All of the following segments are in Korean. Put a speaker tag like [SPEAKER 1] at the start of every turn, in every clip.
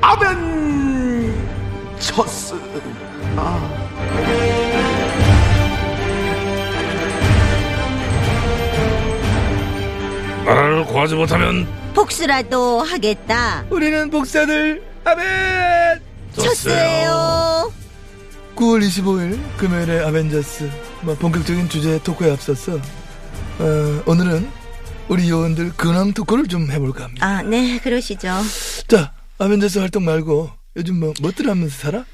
[SPEAKER 1] 아벤처스.
[SPEAKER 2] 나라를 구하지 못하면
[SPEAKER 3] 복수라도 하겠다.
[SPEAKER 4] 우리는 복사들 아멘
[SPEAKER 3] 쳤어요.
[SPEAKER 4] 9월 25일 금요일의 아벤져스 뭐 본격적인 주제 토크에 앞서서 어, 오늘은 우리 요원들 근황 토크를 좀 해볼까 합니다
[SPEAKER 3] 아, 네, 그러시죠.
[SPEAKER 4] 자 아벤져스 활동 말고 요즘 뭐 뭐들 하면서 살아?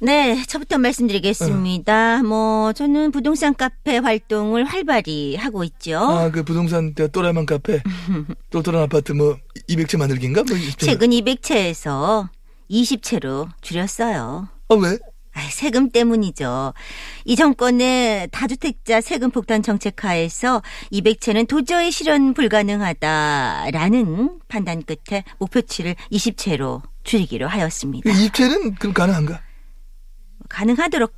[SPEAKER 3] 네, 저부터 말씀드리겠습니다. 뭐, 저는 부동산 카페 활동을 활발히 하고 있죠.
[SPEAKER 4] 아 그 부동산 그 또라이만 카페 똘똘한 아파트 뭐 200채 만들기인가? 뭐 이-
[SPEAKER 3] 최근 200채에서 20채로 줄였어요.
[SPEAKER 4] 아 왜?
[SPEAKER 3] 아, 세금 때문이죠. 이 정권의 다주택자 세금 폭탄 정책 하에서 200채는 도저히 실현 불가능하다라는 판단 끝에 목표치를 20채로 줄이기로 하였습니다.
[SPEAKER 4] 그 입체는 그럼 가능한가?
[SPEAKER 3] 가능하도록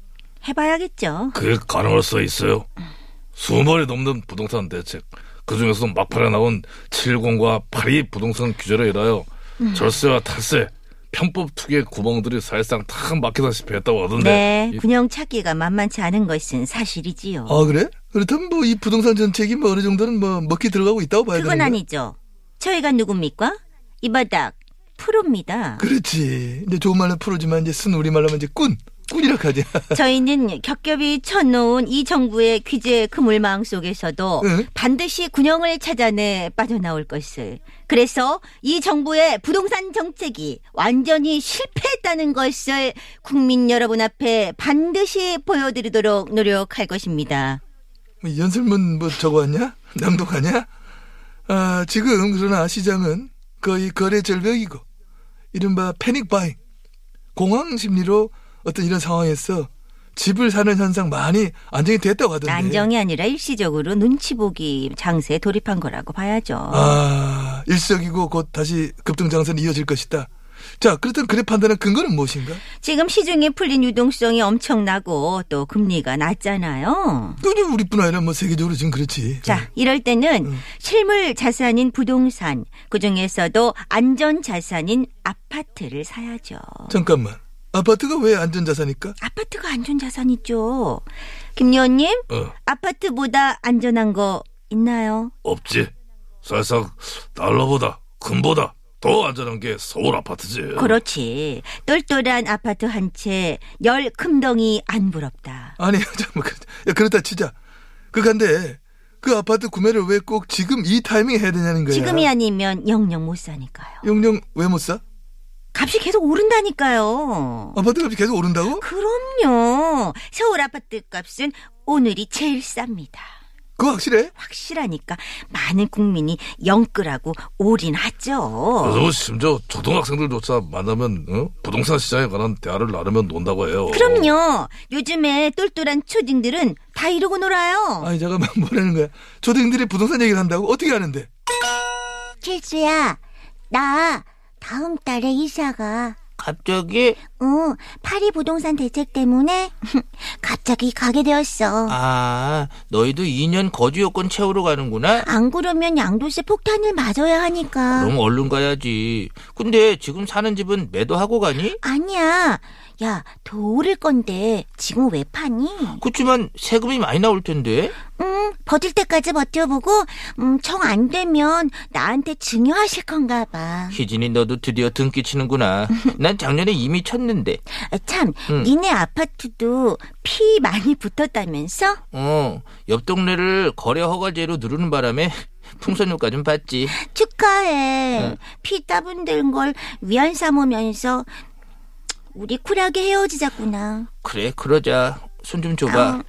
[SPEAKER 3] 해봐야겠죠.
[SPEAKER 2] 그게 가능할 수 있어요. 수많이 넘는 부동산 대책 그 중에서 막판에 나온 70과 82 부동산 규제로 인하여 절세와 탈세 편법 투기의 구멍들이 사실상 다 막히다시피 했다고 하던데
[SPEAKER 3] 네,
[SPEAKER 2] 이-
[SPEAKER 3] 군용 차기가 만만치 않은 것은 사실이지요.
[SPEAKER 4] 아 그래? 그렇다면 뭐 이 부동산 전책이 뭐 어느 정도는 뭐 먹기 들어가고 있다고 봐야 되는
[SPEAKER 3] 네, 그건
[SPEAKER 4] 거야?
[SPEAKER 3] 아니죠. 저희가 누굽니까? 이 바닥 프로입니다.
[SPEAKER 4] 그렇지. 이제 좋은 말로 프로지만 이제 쓴 우리말로 하면 이제 꾼. 꾼이라 하지. 뭐
[SPEAKER 3] 저희는 겹겹이 쳐놓은 이 정부의 규제 그물망 속에서도
[SPEAKER 4] 응?
[SPEAKER 3] 반드시 군영을 찾아내 빠져나올 것을. 그래서 이 정부의 부동산 정책이 완전히 실패했다는 것을 국민 여러분 앞에 반드시 보여드리도록 노력할 것입니다.
[SPEAKER 4] 뭐 연설문 뭐 적어왔냐? 낭독하냐? 아, 지금 그러나 시장은 거의 거래 절벽이고 이른바 패닉 바잉 공황 심리로 어떤 이런 상황에서 집을 사는 현상 많이 안정이 됐다고 하던데.
[SPEAKER 3] 안정이 아니라 일시적으로 눈치 보기 장세에 돌입한 거라고 봐야죠.
[SPEAKER 4] 아, 일시적이고 곧 다시 급등 장세는 이어질 것이다. 자, 그렇다면 그래 판단한 근거는 무엇인가?
[SPEAKER 3] 지금 시중에 풀린 유동성이 엄청나고 또 금리가 낮잖아요.
[SPEAKER 4] 근데 우리뿐 아니라 뭐 세계적으로 지금 그렇지.
[SPEAKER 3] 자, 이럴 때는 실물 자산인 부동산, 그 중에서도 안전 자산인 아파트를 사야죠.
[SPEAKER 4] 잠깐만. 아파트가 왜 안전자산일까?
[SPEAKER 3] 아파트가 안전 자산이죠. 김여원님,
[SPEAKER 2] 어,
[SPEAKER 3] 아파트보다 안전한 거 있나요?
[SPEAKER 2] 없지. 사실상 달러보다 금보다 더 안전한 게 서울 아파트지.
[SPEAKER 3] 그렇지. 똘똘한 아파트 한 채 열 큼덩이 안 부럽다.
[SPEAKER 4] 아니, 잠깐만. 그- 야, 그렇다 치자. 그간데 그 아파트 구매를 왜 꼭 지금 이 타이밍에 해야 되냐는 거야.
[SPEAKER 3] 지금이 아니면 영영 못 사니까요.
[SPEAKER 4] 용령 왜 못 사?
[SPEAKER 3] 값이 계속 오른다니까요.
[SPEAKER 4] 아파트 값이 계속 오른다고?
[SPEAKER 3] 그럼요. 서울 아파트 값은 오늘이 제일 쌉니다.
[SPEAKER 4] 그거 확실해?
[SPEAKER 3] 확실하니까 많은 국민이 영끌하고 올인하죠.
[SPEAKER 2] 그래서 심지어 초등학생들조차 만나면 어? 부동산 시장에 관한 대화를 나누면 논다고 해요.
[SPEAKER 3] 그럼요. 요즘에 똘똘한 초딩들은 다 이러고 놀아요.
[SPEAKER 4] 아니, 잠깐만. 뭐라는 거야. 초등들이 부동산 얘기를 한다고? 어떻게 하는데?
[SPEAKER 3] 칠수야, 나 다음 달에 이사가.
[SPEAKER 5] 갑자기?
[SPEAKER 3] 응, 파리 부동산 대책 때문에 갑자기 가게 되었어.
[SPEAKER 5] 아, 너희도 2년 거주 요건 채우러 가는구나?
[SPEAKER 3] 안 그러면 양도세 폭탄을 맞아야 하니까.
[SPEAKER 5] 너무 얼른 가야지. 근데 지금 사는 집은 매도하고 가니?
[SPEAKER 3] 아니야. 야, 더 오를 건데 지금 왜 파니?
[SPEAKER 5] 그치만 세금이 많이 나올 텐데?
[SPEAKER 3] 음, 버틸 때까지 버텨보고 음, 정 안 되면 나한테 증여하실 건가 봐.
[SPEAKER 5] 희진이 너도 드디어 등기 치는구나. 난 작년에 이미 쳤는데.
[SPEAKER 3] 아, 참, 니네 아파트도 피 많이 붙었다면서?
[SPEAKER 5] 어, 옆 동네를 거래 허가제로 누르는 바람에 풍선 효과 좀 봤지.
[SPEAKER 3] 축하해. 피 따분 된걸 위안 삼으면서 우리 쿨하게 헤어지자꾸나. 어,
[SPEAKER 5] 그래, 그러자. 손 좀 줘봐.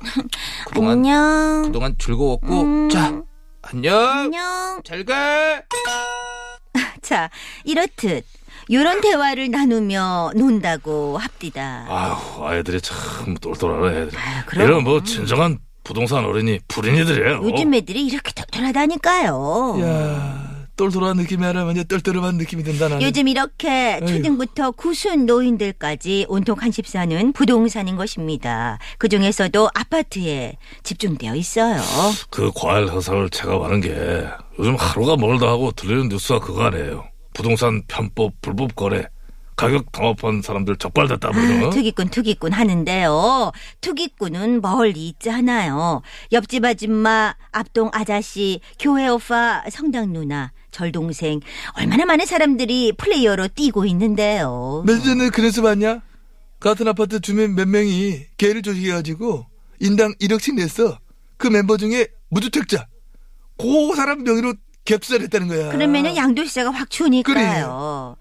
[SPEAKER 5] 그동안,
[SPEAKER 3] 아, 안녕.
[SPEAKER 5] 그동안 즐거웠고. 자, 안녕.
[SPEAKER 3] 안녕.
[SPEAKER 5] 잘 가.
[SPEAKER 3] 자, 아, 이렇듯 요런 대화를 나누며 논다고
[SPEAKER 5] 어?
[SPEAKER 3] 합디다.
[SPEAKER 2] 아휴, 아이들이 참 똘똘하네. 애들.
[SPEAKER 3] 아유, 그럼.
[SPEAKER 2] 이런 뭐 진정한 부동산 어른이 불인이들이에요.
[SPEAKER 3] 요즘 애들이 이렇게 똘똘하다니까요.
[SPEAKER 4] 야, 똘똘한 느낌이 아니라 완전 떨떠름한 느낌이 든다 나는.
[SPEAKER 3] 요즘 이렇게
[SPEAKER 4] 아이고.
[SPEAKER 3] 초등부터 구순 노인들까지 온통 한십사는 부동산인 것입니다. 그 중에서도 아파트에 집중되어 있어요.
[SPEAKER 2] 그 과일 허상을 체감하는 게 요즘 하루가 멀다 하고 들리는 뉴스가 그거 아니에요. 부동산 편법 불법 거래 가격 당업한 사람들 적발됐다 뭐 이런
[SPEAKER 3] 아,
[SPEAKER 2] 거.
[SPEAKER 3] 투기꾼 투기꾼 하는데요. 투기꾼은 멀리 있잖아요. 옆집 아줌마, 앞동 아저씨, 교회 오빠, 성당 누나, 절동생 얼마나 많은 사람들이 플레이어로 뛰고 있는데요.
[SPEAKER 4] 며칠 전에 그래서 봤냐? 같은 아파트 주민 몇 명이 개를 조직해가지고 인당 1억씩 냈어. 그 멤버 중에 무주택자. 그 사람 명의로 갭수사를 했다는 거야.
[SPEAKER 3] 그러면은 양도시세가 확 주니까요.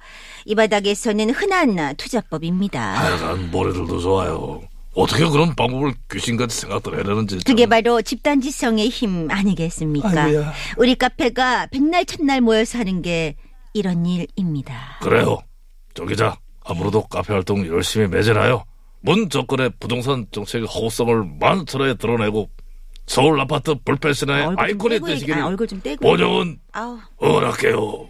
[SPEAKER 3] 이 바닥에서는 흔한
[SPEAKER 2] 아,
[SPEAKER 3] 투자법입니다.
[SPEAKER 2] 하여간 머리들도 좋아요. 어떻게 그런 방법을 귀신같이 생각들 해내는지. 참.
[SPEAKER 3] 그게 바로 집단지성의 힘 아니겠습니까?
[SPEAKER 4] 아이고야.
[SPEAKER 3] 우리 카페가 백날 첫날 모여서 하는 게 이런 일입니다.
[SPEAKER 2] 그래요. 저 기자 앞으로도 카페 활동 열심히 매진하여 문 접근의 부동산 정책의 허구성을 만천하에 드러내고 서울 아파트 불펜 시나의
[SPEAKER 3] 얼굴 좀
[SPEAKER 2] 네, 아이콘이
[SPEAKER 3] 떼고 얘기- 아,
[SPEAKER 2] 되시기를
[SPEAKER 3] 얼굴 좀 떼고.
[SPEAKER 2] 원영은
[SPEAKER 3] 아우.
[SPEAKER 2] 응원할게요.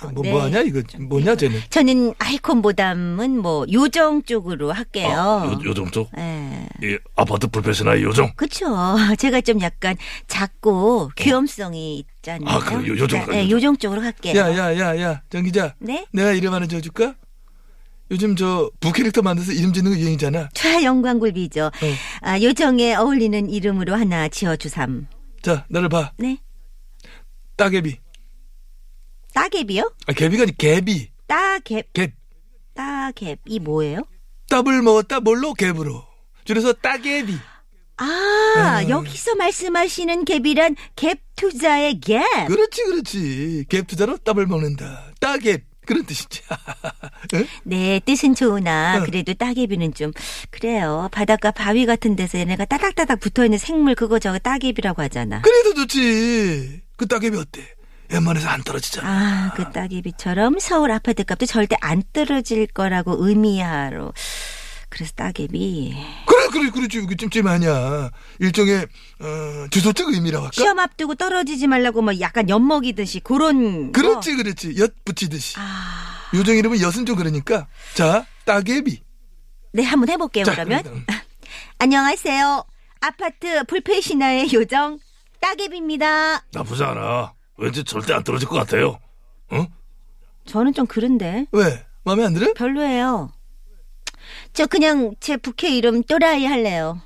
[SPEAKER 4] 아, 뭐,
[SPEAKER 3] 네.
[SPEAKER 4] 뭐 하냐 이거 뭐냐 쟤는.
[SPEAKER 3] 저는 아이콘보다는 뭐 요정 쪽으로
[SPEAKER 2] 아,
[SPEAKER 3] 할게요.
[SPEAKER 2] 요, 요즘 쪽
[SPEAKER 3] 예.
[SPEAKER 2] 이 아파트 불펜 시나의 요정.
[SPEAKER 3] 그쵸. 제가 좀 약간 작고 귀염성이 있잖아요.
[SPEAKER 2] 아, 그럼 요- 요정,
[SPEAKER 3] 네,
[SPEAKER 2] 요정.
[SPEAKER 3] 요정 쪽으로 할게요.
[SPEAKER 4] 야야야야 정 기자.
[SPEAKER 3] 네?
[SPEAKER 4] 내가 이름 하나 지어줄까? 요즘 저 부캐릭터 만들어서 이름 짓는 거 유행이잖아.
[SPEAKER 3] 자, 영광굴비죠.
[SPEAKER 4] 네.
[SPEAKER 3] 아, 요정에 어울리는 이름으로 하나 지어주삼.
[SPEAKER 4] 자 나를 봐.
[SPEAKER 3] 네.
[SPEAKER 4] 따개비.
[SPEAKER 3] 따갭이요?
[SPEAKER 4] 아 개비가 아니 개비.
[SPEAKER 3] 따갭,
[SPEAKER 4] 개.
[SPEAKER 3] 아, 따갭. 이 뭐예요?
[SPEAKER 4] 따블 먹었다 뭘로 개부로. 줄여서 따개비.
[SPEAKER 3] 아,
[SPEAKER 4] 음.
[SPEAKER 3] 여기서 말씀하시는 갭이란 갭 투자의 갭.
[SPEAKER 4] 그렇지 그렇지. 갭 투자로 따블 먹는다. 따갭 그런 뜻이지. 예? 응?
[SPEAKER 3] 네, 뜻은 좋으나
[SPEAKER 4] 응.
[SPEAKER 3] 그래도 따갭이는 좀 그래요. 바닷가 바위 같은 데서 얘네가 따닥따닥 붙어있는 생물 그거 저거 따갭이라고 하잖아.
[SPEAKER 4] 그래도 좋지. 그 따개비 어때? 웬만해서 안 떨어지잖아.
[SPEAKER 3] 아, 그 따개비처럼 서울 아파트 값도 절대 안 떨어질 거라고 의미하로. 그래서 따개비.
[SPEAKER 4] 그래 그래 그렇지. 이게 찜찜 아니야. 일종의 어, 주소적 의미라고 할까?
[SPEAKER 3] 시험 앞두고 떨어지지 말라고 뭐 약간 엿먹이듯이 그런. 거.
[SPEAKER 4] 그렇지 그렇지. 엿 붙이듯이.
[SPEAKER 3] 아.
[SPEAKER 4] 요정 이름은 엿은 좀 그러니까. 자 따개비.
[SPEAKER 3] 네, 한번 해볼게요,
[SPEAKER 4] 자,
[SPEAKER 3] 그러면.
[SPEAKER 4] 음, 음.
[SPEAKER 3] 안녕하세요. 아파트 불패 신화의 요정, 따개비입니다.
[SPEAKER 2] 나쁘지 않아. 왠지 절대 안 떨어질 것 같아요. 응?
[SPEAKER 3] 저는 좀 그런데.
[SPEAKER 4] 왜? 마음에 안 들어?
[SPEAKER 3] 별로예요. 저 그냥 제 부캐 이름 또라이 할래요.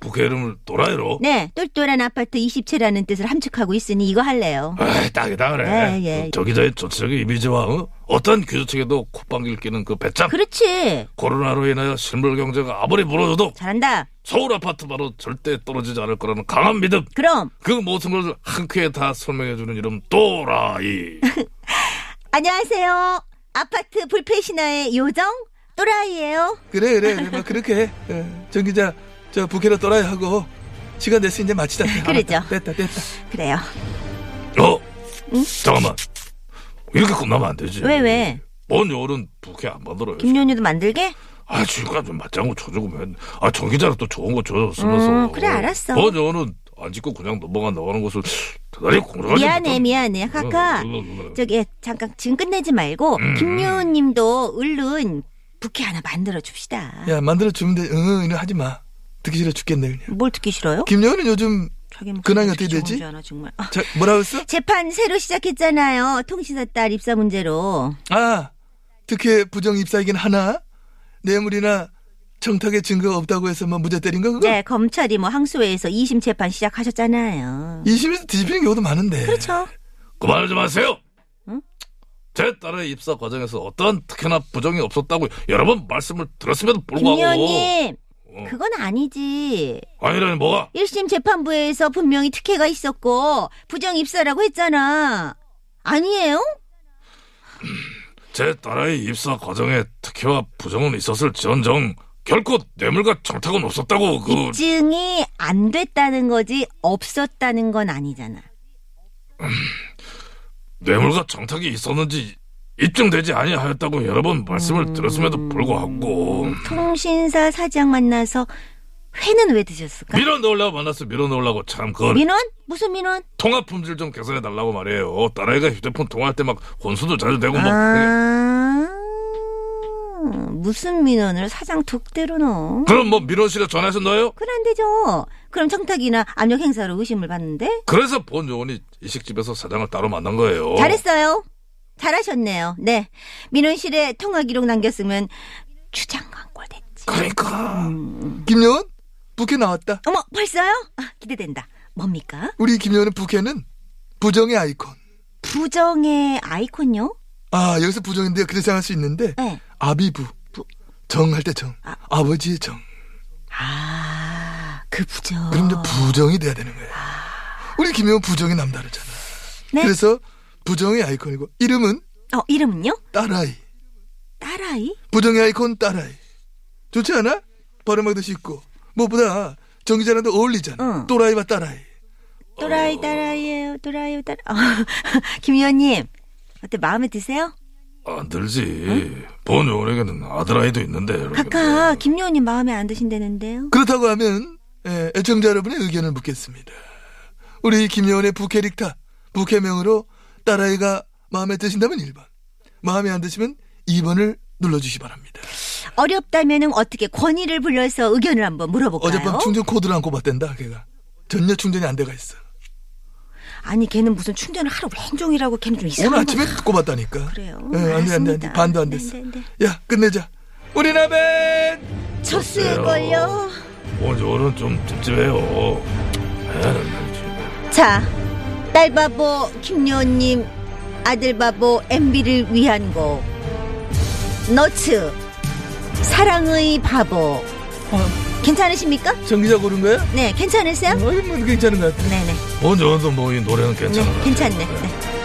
[SPEAKER 2] 부캐 이름을 도라이로.
[SPEAKER 3] 네, 똘똘한 아파트 27라는 뜻을 함축하고 있으니 이거 할래요.
[SPEAKER 2] 에이, 딱이다 그래.
[SPEAKER 3] 네, 예.
[SPEAKER 2] 저 기자의 정치적인 이미지와 어? 어떤 규제책에도 콧방귀를 끼는 그 배짱.
[SPEAKER 3] 그렇지.
[SPEAKER 2] 코로나로 인하여 실물 경제가 아무리 무너져도
[SPEAKER 3] 잘한다.
[SPEAKER 2] 서울 아파트 바로 절대 떨어지지 않을 거라는 강한 믿음.
[SPEAKER 3] 그럼
[SPEAKER 2] 그 모습을 한 큐에 다 설명해주는 이름 도라이.
[SPEAKER 3] 안녕하세요. 아파트 불패 신화의 요정 또라이예요.
[SPEAKER 4] 그래 그래 그래 막 그렇게 해. 예. 정 기자 저 부캐로 떠나야 하고 시간 됐으니 이제 마치자.
[SPEAKER 3] 그러죠.
[SPEAKER 4] 알았다. 됐다 됐다.
[SPEAKER 3] 그래요.
[SPEAKER 2] 어? 잠깐만. 이렇게 끝나면 안 되지.
[SPEAKER 3] 왜 왜?
[SPEAKER 2] 뭔 여울은 부캐 안 받으러. 요
[SPEAKER 3] 김연유도 만들게?
[SPEAKER 2] 아, 지금까지 좀 맞장구 쳐주고 맨. 아, 정 기자는 또 좋은 거 줘주면서.
[SPEAKER 3] 음, 그래, 알았어.
[SPEAKER 2] 어, 저는 안 짓고 그냥 넘어가 나가는 것을 대단히 공정하지
[SPEAKER 3] 미안해
[SPEAKER 2] 못한-
[SPEAKER 3] 미안해 하카.
[SPEAKER 2] 뭐 어, 어, 어.
[SPEAKER 3] 저기 예, 잠깐 지금 끝내지 말고
[SPEAKER 4] 음,
[SPEAKER 3] 김유은님도 얼른 부캐 하나 만들어 줍시다.
[SPEAKER 4] 야 만들어 주면 돼. 응 이런 하지 마. 듣기 싫어 죽겠네 그냥.
[SPEAKER 3] 뭘 듣기 싫어요?
[SPEAKER 4] 김여은은 요즘
[SPEAKER 3] 자기 목소리
[SPEAKER 4] 예. 근황이 어떻게
[SPEAKER 3] 좋은
[SPEAKER 4] 되지?
[SPEAKER 3] 줄 알아, 정말. 아,
[SPEAKER 4] 자, 뭐라고 했어?
[SPEAKER 3] 재판 새로 시작했잖아요. 통신사 딸 입사 문제로.
[SPEAKER 4] 아 특혜 부정 입사이긴 하나 뇌물이나 청탁의 증거가 없다고 해서 뭐 무죄 때린 거 그거?
[SPEAKER 3] 네, 검찰이 뭐 항소회에서 2심 재판 시작하셨잖아요.
[SPEAKER 4] 이심에서 뒤집히는 경우도 많은데.
[SPEAKER 3] 그렇죠.
[SPEAKER 2] 그만하지 마세요! 제 딸의 입사 과정에서 어떠한 특혜나 부정이 없었다고 여러 번 말씀을 들었음에도
[SPEAKER 4] 뭐,
[SPEAKER 2] 불구하고.
[SPEAKER 3] 김여원님, 그건 아니지.
[SPEAKER 2] 아니라니, 뭐가?
[SPEAKER 3] 1심 재판부에서 분명히 특혜가 있었고, 부정 입사라고 했잖아. 아니에요?
[SPEAKER 2] 제 딸의 입사 과정에 특혜와 부정은 있었을 지언정, 결코 뇌물과 정탁은 없었다고, 그.
[SPEAKER 3] 입증이 안 됐다는 거지, 없었다는 건 아니잖아.
[SPEAKER 2] 뇌물과 정탁이 있었는지 입증되지 아니하였다고 여러 번 말씀을 들었음에도 불구하고
[SPEAKER 3] 통신사 사장 만나서 회는 왜 드셨을까?
[SPEAKER 2] 밀어 넣으려고 만났어 밀어 넣으려고 참 그건
[SPEAKER 3] 민원? 무슨 민원?
[SPEAKER 2] 통화 품질 좀 개선해 달라고 말이에요 딸아이가 휴대폰 통화할 때 막 혼수도 자주 되고 뭐. 막
[SPEAKER 3] 아, 네. 무슨 민원을 사장 독대로 넣어?
[SPEAKER 2] 그럼 뭐 밀어 씨가 전화해서 넣어요?
[SPEAKER 3] 그건 안 되죠. 그럼 청탁이나 압력 행사로 의심을 받는데?
[SPEAKER 2] 그래서 본 요원이 이식집에서 사장을 따로 만난 거예요
[SPEAKER 3] 잘했어요. 잘하셨네요. 네. 민원실에 통화 기록 남겼으면 주장 광고됐지.
[SPEAKER 2] 그러니까
[SPEAKER 4] 김여원 부캐 나왔다.
[SPEAKER 3] 어머, 벌써요? 아, 기대된다. 뭡니까?
[SPEAKER 4] 우리 김여원의 부캐는 부정의 아이콘.
[SPEAKER 3] 부정의 아이콘요?
[SPEAKER 4] 아 여기서 부정인데 그래서 할수 있는데
[SPEAKER 3] 네.
[SPEAKER 4] 아비부 정할 때 정.
[SPEAKER 3] 아.
[SPEAKER 4] 아. 버지의정
[SPEAKER 3] 아, 그 부정.
[SPEAKER 4] 그럼 이제 부정이 돼야 되는 거예요. 우리 김여원 부정이 남다르잖아.
[SPEAKER 3] 네.
[SPEAKER 4] 그래서 부정의 아이콘이고 이름은
[SPEAKER 3] 어, 이름은요?
[SPEAKER 4] 딸아이.
[SPEAKER 3] 딸아이?
[SPEAKER 4] 부정의 아이콘 딸아이. 좋지 않아? 발음하기도 쉽고 무엇보다 정기자랑도 어울리잖아.
[SPEAKER 3] 응.
[SPEAKER 4] 또라이와 딸아이.
[SPEAKER 3] 또라이 딸아이예요. 또라이 딸. 어, 김 의원님 어때 마음에 드세요?
[SPEAKER 2] 안 들지 아, 본 요원에게는 아들아이도 있는데 이렇게.
[SPEAKER 3] 아까 김 의원님 마음에 안 드신다는데요.
[SPEAKER 4] 그렇다고 하면 예, 애청자 여러분의 의견을 묻겠습니다. 우리 김여원의 부캐릭터 부캐명으로 딸아이가 마음에 드신다면 1번 마음에 안 드시면 2번을 눌러주시 바랍니다.
[SPEAKER 3] 어렵다면은 어떻게 권위를 불러서 의견을 한번 물어볼까요?
[SPEAKER 4] 어젯밤 충전 코드를 안 꼽았댄다 걔가. 전혀 충전이 안 돼가 있어.
[SPEAKER 3] 아니 걔는 무슨 충전을 하루 왼종이라고 걔는 좀 이상한
[SPEAKER 4] 오늘
[SPEAKER 3] 거
[SPEAKER 4] 아침에 꼽았다니까.
[SPEAKER 3] 그래요.
[SPEAKER 4] 예, 안 돼, 안 돼, 안 돼.
[SPEAKER 3] 알았습니다.
[SPEAKER 4] 반도 안
[SPEAKER 3] 네,
[SPEAKER 4] 됐어.
[SPEAKER 3] 네, 네.
[SPEAKER 4] 야, 끝내자. 우리 라벤!
[SPEAKER 3] 첫수에 걸려.
[SPEAKER 2] 본 요원은 좀 찝찝해요 예, 에이, 알지.
[SPEAKER 3] 자, 딸 바보 김여원님, 아들 바보 MB를 위한 곡. 너츠, 사랑의 바보. 괜찮으십니까?
[SPEAKER 4] 정기자 고른 거야?
[SPEAKER 3] 네, 괜찮으세요?
[SPEAKER 4] 어, 이건 괜찮은 것 같아.
[SPEAKER 3] 네네.
[SPEAKER 2] 본 요원도 뭐 이 노래는 괜찮아
[SPEAKER 3] 네, 괜찮네. 네.